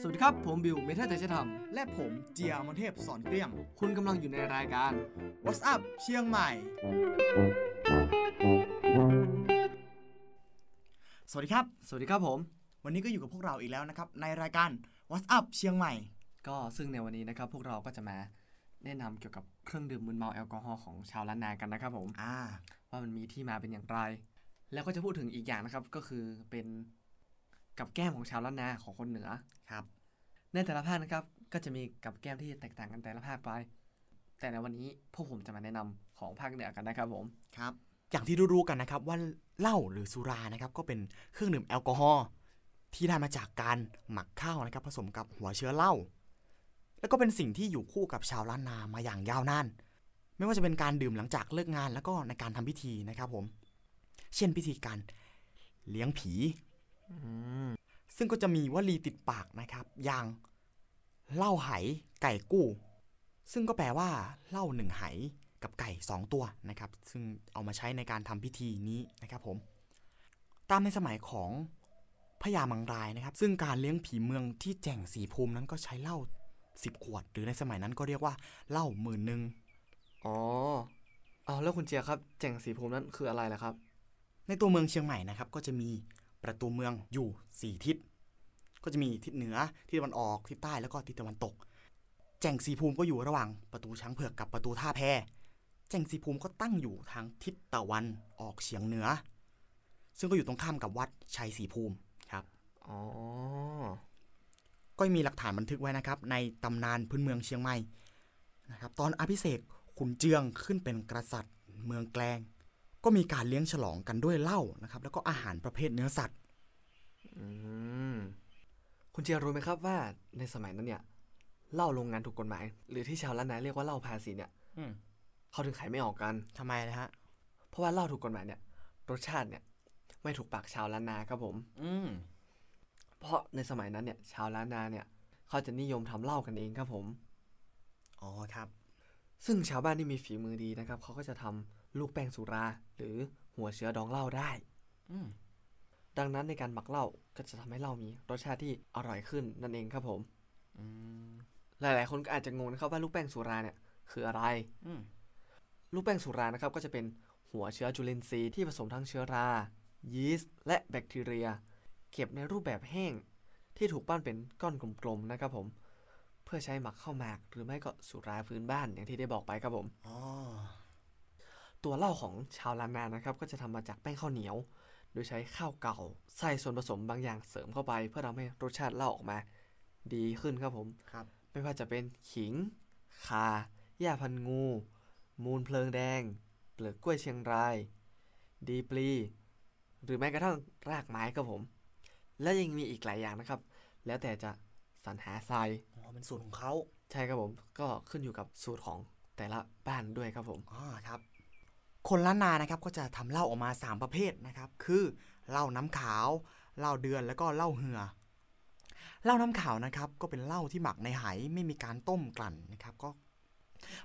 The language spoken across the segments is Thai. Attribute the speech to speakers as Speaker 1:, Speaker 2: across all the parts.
Speaker 1: สวัสดีครับ ผมบิว เมทัลแต่จะท
Speaker 2: และผมเจียมนเทพสอนเกลี้ยง
Speaker 1: ำคุณกำลังอยู่ในรายการ
Speaker 2: What's up เชียงใหม่ สวัสดีครับ
Speaker 1: สวัสดีครับผม
Speaker 2: วันนี้ก็อยู่กับพวกเราอีกแล้วนะครับ ในรายการ What's up เชียงใหม่
Speaker 1: ก็ซึ่งในวันนี้นะครับ พวกเราก็จะมาแนะนำเกี่ยวกับเครื่องดื่มมึนเมาแอลกอฮอล์ของชาวล้านนากันนะครับผม
Speaker 2: อ่า
Speaker 1: ว่ามันมีที่มาเป็นอย่างไร แล้วก็จะพูดถึงอีกอย่างนะครับ ก็คือเป็นกับแก้มของชาวล้านนาของคนเหนือ
Speaker 2: ครับ
Speaker 1: ในแต่ละภาคนะครับ ก็จะมีกับแก้มที่แตกต่างกันแต่ละภาคไป แต่ในวันนี้พวกผมจะมาแนะนำของภาคเหนือกันนะครับผม
Speaker 2: ครับ อย่างที่รู้ๆกันนะครับว่าเหล้าหรือสุรานะครับก็เป็นเครื่องดื่มแอลกอฮอล์ที่ได้มาจากการหมักข้าวนะครับผสมกับหัวเชื้อเหล้าแล้วก็เป็นสิ่งที่อยู่คู่กับชาวล้านนามาอย่างยาวนานไม่ว่าจะเป็นการดื่มหลังจากเลิกงานแล้วก็ในการทำพิธีนะครับผม เช่นพิธีการเลี้ยงผี ซึ่งก็จะมีวลีติดปากนะครับ อย่างเหล้าไหไก่กู้ ซึ่งก็แปลว่าเหล้าหนึ่งไหกับไก่สองตัวนะครับ ซึ่งเอามาใช้ในการทำพิธีนี้นะครับผม ตามในสมัยของพญามังรายนะครับ ซึ่งการเลี้ยงผีเมืองที่แจ่งสีภูมินั้นก็ใช้เหล้า10 ขวด หรือในสมัยนั้นก็เรียกว่าเหล้าหมื่นหนึ่ง
Speaker 1: อ๋อ เอาแล้วคุณเจียครับ แจ่งสีภูมินั้นคืออะไรล่ะครับ
Speaker 2: ในตัวเมืองเชียงใหม่นะครับ ก็จะมีประตูเมืองอยู่ 4 ทิศ ก็จะมีทิศเหนือทิศตะวันออกทิศใต้แล้วก็ทิศตะวันตก แจ่งสีภูมิก็อยู่ระหว่างประตูช้างเผือกกับประตูท่าแพแจ่งสีภูมิก็ตั้งอยู่ทางทิศตะวันออกเฉียงเหนือ ซึ่งก็อยู่ตรงข้ามกับวัดชัยสีภูมิครับ
Speaker 1: อ๋อ
Speaker 2: ก็มีหลักฐานบันทึกไว้นะครับ ในตำนานพื้นเมืองเชียงใหม่นะครับตอนอภิเษกขุนเจืองขึ้นเป็นกษัตริย์เมืองแกลง ก็มีการเลี้ยงฉลองกันด้วยเหล้านะครับแล้วก็อาหารประเภทเนื้อสัตว์
Speaker 1: อืม คุณเจียรู้ไหมครับว่าในสมัยนั้นเนี่ยเหล้าโรงงานถูกกฎหมาย หรือที่ชาวล้านนาเรียกว่าเหล้าภาษีเนี่ย
Speaker 2: อืม
Speaker 1: เขาถึงขายไม่ออกกัน
Speaker 2: ทำไมนะฮะ
Speaker 1: เพราะว่าเหล้าถูกกฎหมายเนี่ย รสชาติเนี่ย ไม่ถูกปากชาวล้านนาครับผม
Speaker 2: อืม
Speaker 1: เพราะในสมัยนั้นเนี่ย ชาวล้านนาเนี่ย เขาจะนิยมทำเหล้ากันเองครับผม
Speaker 2: อ๋อครับ
Speaker 1: ซึ่งชาวบ้านที่มีฝีมือดีนะครับ เขาก็จะทำลูกแป้งสุรา หรือหัวเชื้อดองเหล้าได้
Speaker 2: อืม
Speaker 1: ดังนั้นในการหมักเหล้าก็จะทำให้เหล้ามีรสชาติที่อร่อยขึ้นนั่นเองครับผม
Speaker 2: อืม
Speaker 1: หลาย ๆ คนก็อาจจะงงนะครับว่าลูกแป้งสุราเนี่ยคืออะไร
Speaker 2: อืม
Speaker 1: ลูกแป้งสุรานะครับก็จะเป็นหัวเชื้อจุลินทรีย์ที่ผสมทั้งเชื้อรา ยีสต์ และแบคทีเรีย เก็บในรูปแบบแห้ง ที่ถูกปั้นเป็นก้อนกลม ๆ นะครับผม เพื่อใช้หมักข้าวหมาก หรือไม่ก็สุราพื้นบ้านอย่างที่ได้บอกไปครับผม
Speaker 2: อ๋อ
Speaker 1: ตัวเหล้าของชาวล้านนานะครับ ก็จะทำมาจากแป้งข้าวเหนียว โดยใช้ข้าวเก่า ใส่ส่วนผสมบางอย่างเสริมเข้าไป เพื่อทำให้รสชาติเหล้าออกมา ดีขึ้นครับผม
Speaker 2: ครับ
Speaker 1: ไม่ว่าจะเป็นขิง ข่าหญ้าพันงู มูลเพลิงแดง เปลือกกล้วยเชียงราย ดีปลี หรือแม้กระทั่งรากไม้ครับผม และยังมีอีกหลายอย่างนะครับ แล้วแต่จะสรรหาทราย
Speaker 2: อ๋อ เป็นสูตรของเขา
Speaker 1: ใช่ครับผม ก็ขึ้นอยู่กับสูตรของแต่ละบ้านด้วยครับผม
Speaker 2: อ๋อครับ คนล้านนานะครับ ก็จะทำเหล้าออกมา 3 ประเภทนะครับ คือเหล้าน้ำขาว เหล้าเดือน แล้วก็เหล้าเหือ เหล้าน้ำขาวนะครับ ก็เป็นเหล้าที่หมักในไหไม่มีการต้มกลั่นนะครับ ก็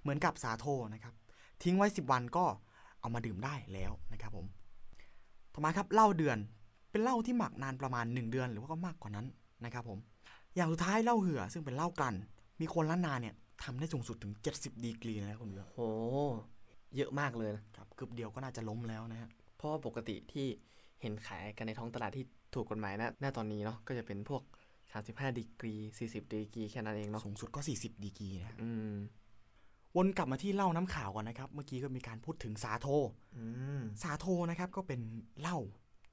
Speaker 2: เหมือนกับสาโทนะครับ ทิ้งไว้ 10 วันก็เอามาดื่มได้แล้วนะครับผม ต่อมาครับเหล้าเดือน เป็นเหล้าที่หมักนานประมาณ 1 เดือนหรือว่าก็มากกว่านั้นนะครับผม อย่างสุดท้ายเหล้าเหือ ซึ่งเป็นเหล้ากลั่น มีคนล้านนาเนี่ยทำได้สูงสุดถึง 70 ดีกรีเลยนะคุณเบียร์
Speaker 1: โห เยอะมากเลยนะ
Speaker 2: ครับเกือบเดียวก็น่าจะล้มแล้วนะฮะ
Speaker 1: เพราะว่าปกติที่เห็นขายกันในท้องตลาดที่ถูกกฎหมายนะหน้าตอนนี้เนาะ ก็จะเป็นพวก 35ดีกรี 40ดีกรีแค่นั้นเองเนาะ
Speaker 2: สูงสุดก็ 40 ดีกรีนะฮะ
Speaker 1: อืม
Speaker 2: วนกลับมาที่เหล้าน้ำขาวก่อนนะครับ เมื่อกี้ก็มีการพูดถึงสาโท
Speaker 1: อืม
Speaker 2: สาโทนะครับก็เป็นเหล้า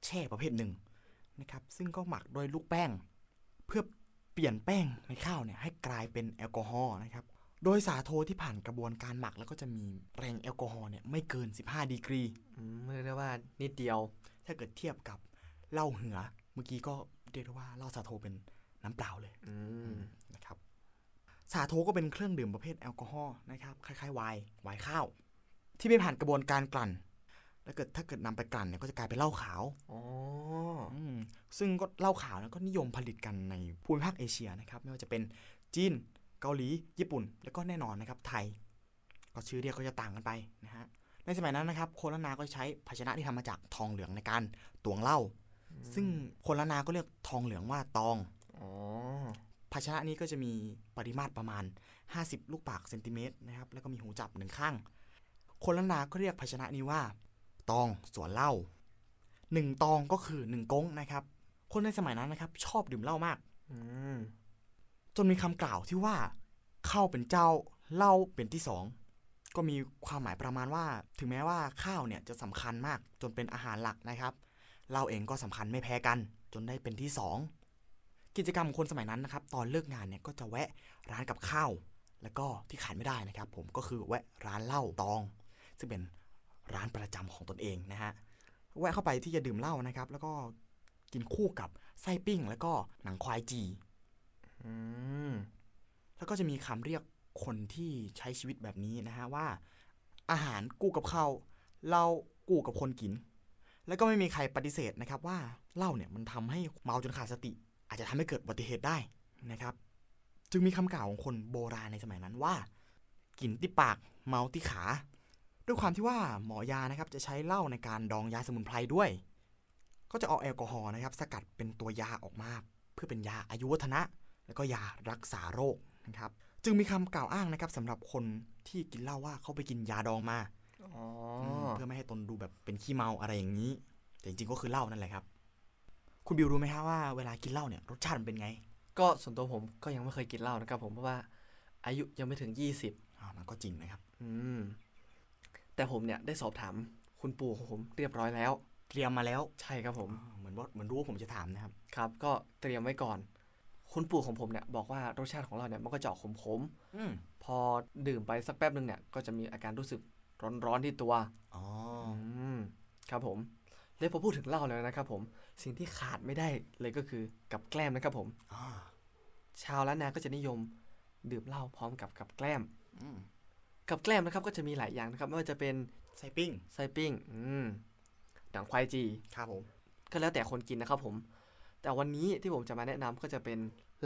Speaker 2: แช่ประเภทหนึ่งนะครับ ซึ่งก็หมักโดยลูกแป้ง เพื่อเปลี่ยนแป้งในข้าวเนี่ยให้กลายเป็นแอลกอฮอล์นะครับ โดยสาโทที่ผ่านกระบวนการหมักแล้วก็จะมีแรงแอลกอฮอล์เนี่ยไม่เกิน 15 ดีกรี
Speaker 1: อืมเรียกได้ว่านิดเดียว
Speaker 2: ถ้าเกิดเทียบกับเหล้าเหือ เมื่อกี้ก็เรียกได้ว่าเหล้าสาโทเป็นน้ำเปล่าเลย
Speaker 1: อืม
Speaker 2: นะครับสาโทก็เป็นเครื่องดื่มประเภทแอลกอฮอล์นะครับคล้ายๆไวน์ไวน์ข้าว ที่ไม่ผ่านกระบวนการกลั่น แล้วเกิดถ้าเกิดนำไปกลั่นเนี่ยก็จะกลายเป็นเหล้าขาว
Speaker 1: อ๋อ
Speaker 2: อืมซึ่งก็เหล้าขาวเนี่ยก็นิยมผลิตกันในภูมิภาคเอเชียนะครับไม่ว่าจะเป็นจีน เกาหลี ญี่ปุ่น แล้วก็แน่นอนนะครับไทย ก็ชื่อเรียกก็จะต่างกันไปนะฮะ ในสมัยนั้นนะครับโคนล้านนาก็ใช้ภาชนะที่ทำมาจากทองเหลืองในการตวงเหล้าซึ่งโคนล้านนาก็เรียกทองเหลืองว่าตอง
Speaker 1: อ๋อ
Speaker 2: ภาชนะนี้ก็จะมีปริมาตรประมาณ 50 ลูกปากเซนติเมตรนะครับ แล้วก็มีหูจับหนึ่งข้าง คนล้านนาก็เรียกภาชนะนี้ว่า ตองสวนเหล้าหนึ่งตองก็คือหนึ่งก้งนะครับ คนในสมัยนั้นนะครับ ชอบดื่มเหล้ามาก
Speaker 1: อืม
Speaker 2: จนมีคำกล่าวที่ว่าข้าวเป็นเจ้าเหล้าเป็นที่สองก็มีความหมายประมาณว่า ถึงแม้ว่าข้าวเนี่ยจะสำคัญมากจนเป็นอาหารหลักนะครับเหล้าเองก็สำคัญไม่แพ้กัน จนได้เป็นที่สองกิจกรรมของคนสมัยนั้นนะครับ ตอนเลิกงานเนี่ยก็จะแวะร้านกับข้าว แล้วก็ที่ขาดไม่ได้นะครับ ผมก็คือแวะร้านเหล้าตอง ซึ่งเป็นร้านประจำของตนเองนะฮะแวะเข้าไปที่จะดื่มเหล้านะครับ แล้วก็กินคู่กับไส้ปิ้ง แล้วก็หนังควายจี
Speaker 1: อืม
Speaker 2: แล้วก็จะมีคำเรียกคนที่ใช้ชีวิตแบบนี้นะฮะว่า อาหารกูกับข้าวเหล้ากูกับคนกิน แล้วก็ไม่มีใครปฏิเสธนะครับว่าเหล้าเนี่ยมันทำให้เมาจนขาดสติ อาจจะทำให้เกิดอุบัติเหตุได้นะครับ จึงมีคำกล่าวของคนโบราณในสมัยนั้นว่า กินที่ปากเมาที่ขา ด้วยความที่ว่าหมอยานะครับจะใช้เหล้าในการดองยาสมุนไพรด้วย ก็จะเอาแอลกอฮอล์นะครับ สกัดเป็นตัวยาออกมา เพื่อเป็นยาอายุวัฒนะ แล้วก็ยารักษาโรคนะครับ จึงมีคำกล่าวอ้างนะครับสำหรับคนที่กินเหล้าว่าเขาไปกินยาดองมา
Speaker 1: อ๋อ
Speaker 2: มเพื่อไม่ให้ตนดูแบบเป็นขี้เมาอะไรอย่างนี้ แต่จริงๆก็คือเหล้านั่นแหละครับ คุณบิวรู้ไหมฮะว่าเวลากินเหล้าเนี่ยรสชาติมันเป็นไง
Speaker 1: ก็ส่วนตัวผมก็ยังไม่เคยกินเหล้านะครับผมเพราะว่าอายุยังไม่ถึงยี่สิบ
Speaker 2: อ่ามันก็จริงนะครับ
Speaker 1: อืม แต่ผมเนี่ยได้สอบถามคุณปู่ของผมเรียบร้อยแล้ว
Speaker 2: เตรียมมาแล้ว
Speaker 1: ใช่ครับผม
Speaker 2: อ่าเหมือนว่าเหมือนรู้ว่าผมจะถามนะครับ
Speaker 1: ครับ ก็เตรียมไว้ก่อน คุณปู่ของผมเนี่ยบอกว่ารสชาติของเราเนี่ยมันก็จะออกขม
Speaker 2: อืม
Speaker 1: ๆพอดื่มไปสักแป๊บหนึ่งเนี่ยก็จะมีอาการรู้สึกร้อนๆที่ตัว
Speaker 2: อ๋อ
Speaker 1: อืมครับผมและพอพูดถึงเหล้าแล้วนะครับผมสิ่งที่ขาดไม่ได้เลยก็คือกับแกล้มนะครับผม
Speaker 2: อ่า
Speaker 1: ชาวล้านนาก็จะนิยมดื่มเหล้าพร้อมกับกับแกล้ม
Speaker 2: อืม
Speaker 1: กับแกล้มนะครับก็จะมีหลายอย่างนะครับไม่ว่าจะเป็น
Speaker 2: ไส้ปิ้ง
Speaker 1: ไส้ปิ้งอืมหนังควายจี
Speaker 2: ครับผม
Speaker 1: ก็แล้วแต่คนกินนะครับผม แต่วันนี้ที่ผมจะมาแนะนำก็จะเป็น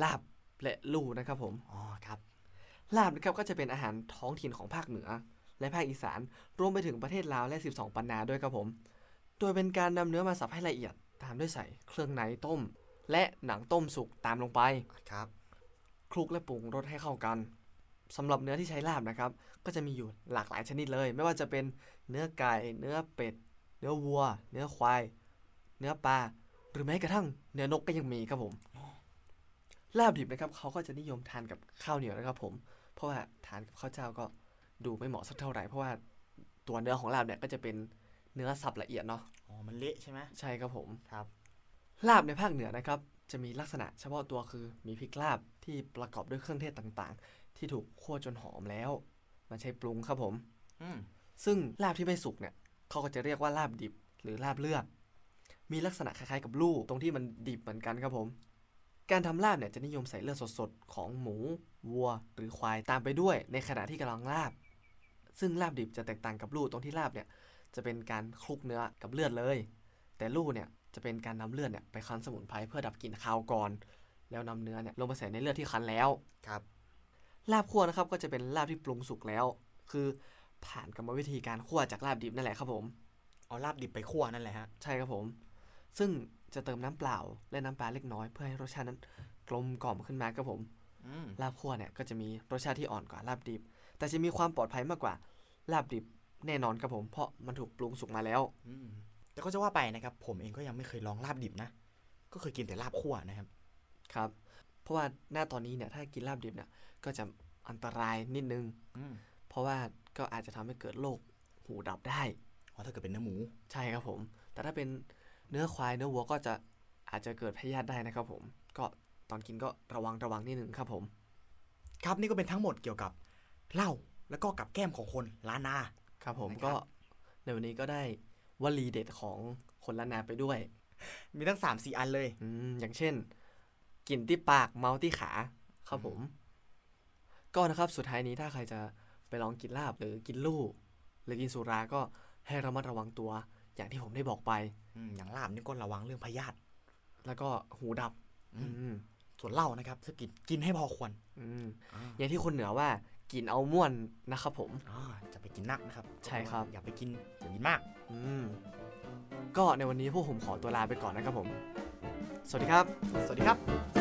Speaker 1: ลาบและลู่นะครับผม
Speaker 2: อ๋อครับ
Speaker 1: ลาบนะครับก็จะเป็นอาหารท้องถิ่นของภาคเหนือ และภาคอีสานรวมไปถึงประเทศลาวและ 12 ปันนาด้วยครับผม โดยเป็นการนำเนื้อมาสับให้ละเอียดตามด้วยใส่เครื่องในต้ม และหนังต้มสุกตามลงไป
Speaker 2: ครับ
Speaker 1: คลุกและปรุงรสให้เข้ากันสำหรับเนื้อที่ใช้ลาบนะครับ ก็จะมีอยู่หลากหลายชนิดเลย ไม่ว่าจะเป็นเนื้อไก่ เนื้อเป็ด เนื้อวัว เนื้อควาย เนื้อปลาหรือแม้กระทั่งเนื้อนกก็ยังมีครับผมลาบดิบนะครับเขาก็จะนิยมทานกับข้าวเหนียวนะครับผม เพราะว่าทานกับข้าวเจ้าก็ดูไม่เหมาะสักเท่าไหร่เพราะว่าตัวเนื้อของลาบเนี่ยก็จะเป็นเนื้อสับละเอียดเนาะ
Speaker 2: อ๋อมันเละใช่ไหม
Speaker 1: ใช่ครับผม
Speaker 2: ครับ
Speaker 1: ลาบในภาคเหนือนะครับจะมีลักษณะเฉพาะตัวคือมีพริกลาบที่ประกอบด้วยเครื่องเทศต่างๆ ที่ถูกคั่วจนหอมแล้วมาใช้ปรุงครับผม
Speaker 2: อืม
Speaker 1: ซึ่งลาบที่ไม่สุกเนี่ยเขาก็จะเรียกว่าลาบดิบหรือลาบเลือด มีลักษณะคล้ายๆกับลูกตรงที่มันดิบเหมือนกันครับผม การทำลาบเนี่ยจะนิยมใส่เลือดสดๆ ของหมู วัว หรือควายตามไปด้วย ในขณะที่กำลังลาบ ซึ่งลาบดิบจะแตกต่างกับลูกตรงที่ลาบเนี่ยจะเป็นการคลุกเนื้อกับเลือดเลย แต่ลูกเนี่ยจะเป็นการนำเลือดเนี่ยไปคั้นสมุนไพรเพื่อดับกลิ่นคาวก่อน แล้วนำเนื้อเนี่ยลงไปใส่ในเลือดที่คั้นแล้ว
Speaker 2: ครับ
Speaker 1: ลาบคั่วนะครับก็จะเป็นลาบที่ปรุงสุกแล้ว คือผ่านกรรมวิธีการคั่วจากลาบดิบนั่นแหละครับผม
Speaker 2: เอาลาบดิบไปคั่วนั่นแหละฮะ
Speaker 1: ใช่ครับผม ซึ่งจะเติมน้ำเปล่าและน้ำปลาเล็กน้อยเพื่อให้รสชาตินั้นกลมกล่อมขึ้นมาครับผม
Speaker 2: อืม
Speaker 1: ลาบคั่วเนี่ยก็จะมีรสชาติที่อ่อนกว่าลาบดิบ แต่จะมีความปลอดภัยมากกว่าลาบดิบแน่นอนครับผม เพราะมันถูกปรุงสุกมาแล้ว
Speaker 2: อืมแต่ก็จะว่าไปนะครับ ผมเองก็ยังไม่เคยลองลาบดิบนะ ก็เคยกินแต่ลาบคั่วนะครับ
Speaker 1: ครับ เพราะว่าหน้าตอนนี้เนี่ยถ้ากินลาบดิบเนี่ยก็จะอันตรายนิดนึง
Speaker 2: อืม
Speaker 1: เพราะว่าก็อาจจะทำให้เกิดโรคหูดับได้
Speaker 2: อ๋อถ้าเกิดเป็นเนื้อหมู
Speaker 1: ใช่ครับผม แต่ถ้าเป็นเนื้อควายเนื้อวัวก็จะอาจจะเกิดพยาธิได้นะครับผม ก็ตอนกินก็ระวังระวังนิดนึงครับผม
Speaker 2: ครับนี่ก็เป็นทั้งหมดเกี่ยวกับเหล้าแล้วก็กับแก้มของคนล้านนา
Speaker 1: ครับผม
Speaker 2: นะครับ
Speaker 1: ก็ในวันนี้ก็ได้วลีเด็ดของคนละนาไปด้วย
Speaker 2: มีทั้ง3ามสี่อันเลย
Speaker 1: อืมอย่างเช่นกลิ่นที่ปากเมาที่ขาครับผม ก็นะครับสุดท้ายนี้ถ้าใครจะไปลองกินลาบหรือกินลู่หรือกินสุราก็ให้ระมัดระวังตัว อย่างที่ผมได้บอกไป
Speaker 2: อืมอย่างลาบนี่ก็ระวังเรื่องพยาธิ
Speaker 1: แล้วก็หูดับ
Speaker 2: อืม
Speaker 1: อืม
Speaker 2: ส่วนเหล้านะครับสกินกินให้พอควร
Speaker 1: อืม อย่างที่คนเหนือว่า กินเอาม่วนนะครับผม
Speaker 2: อ่าจะไปกินนักนะครับ
Speaker 1: ใช่ครับ
Speaker 2: อย่าไปกินอย่ากินมาก
Speaker 1: อืมก็ในวันนี้พวกผมขอตัวลาไปก่อนนะครับผม สวัสดีครับ
Speaker 2: สวัสดีครับ
Speaker 1: ส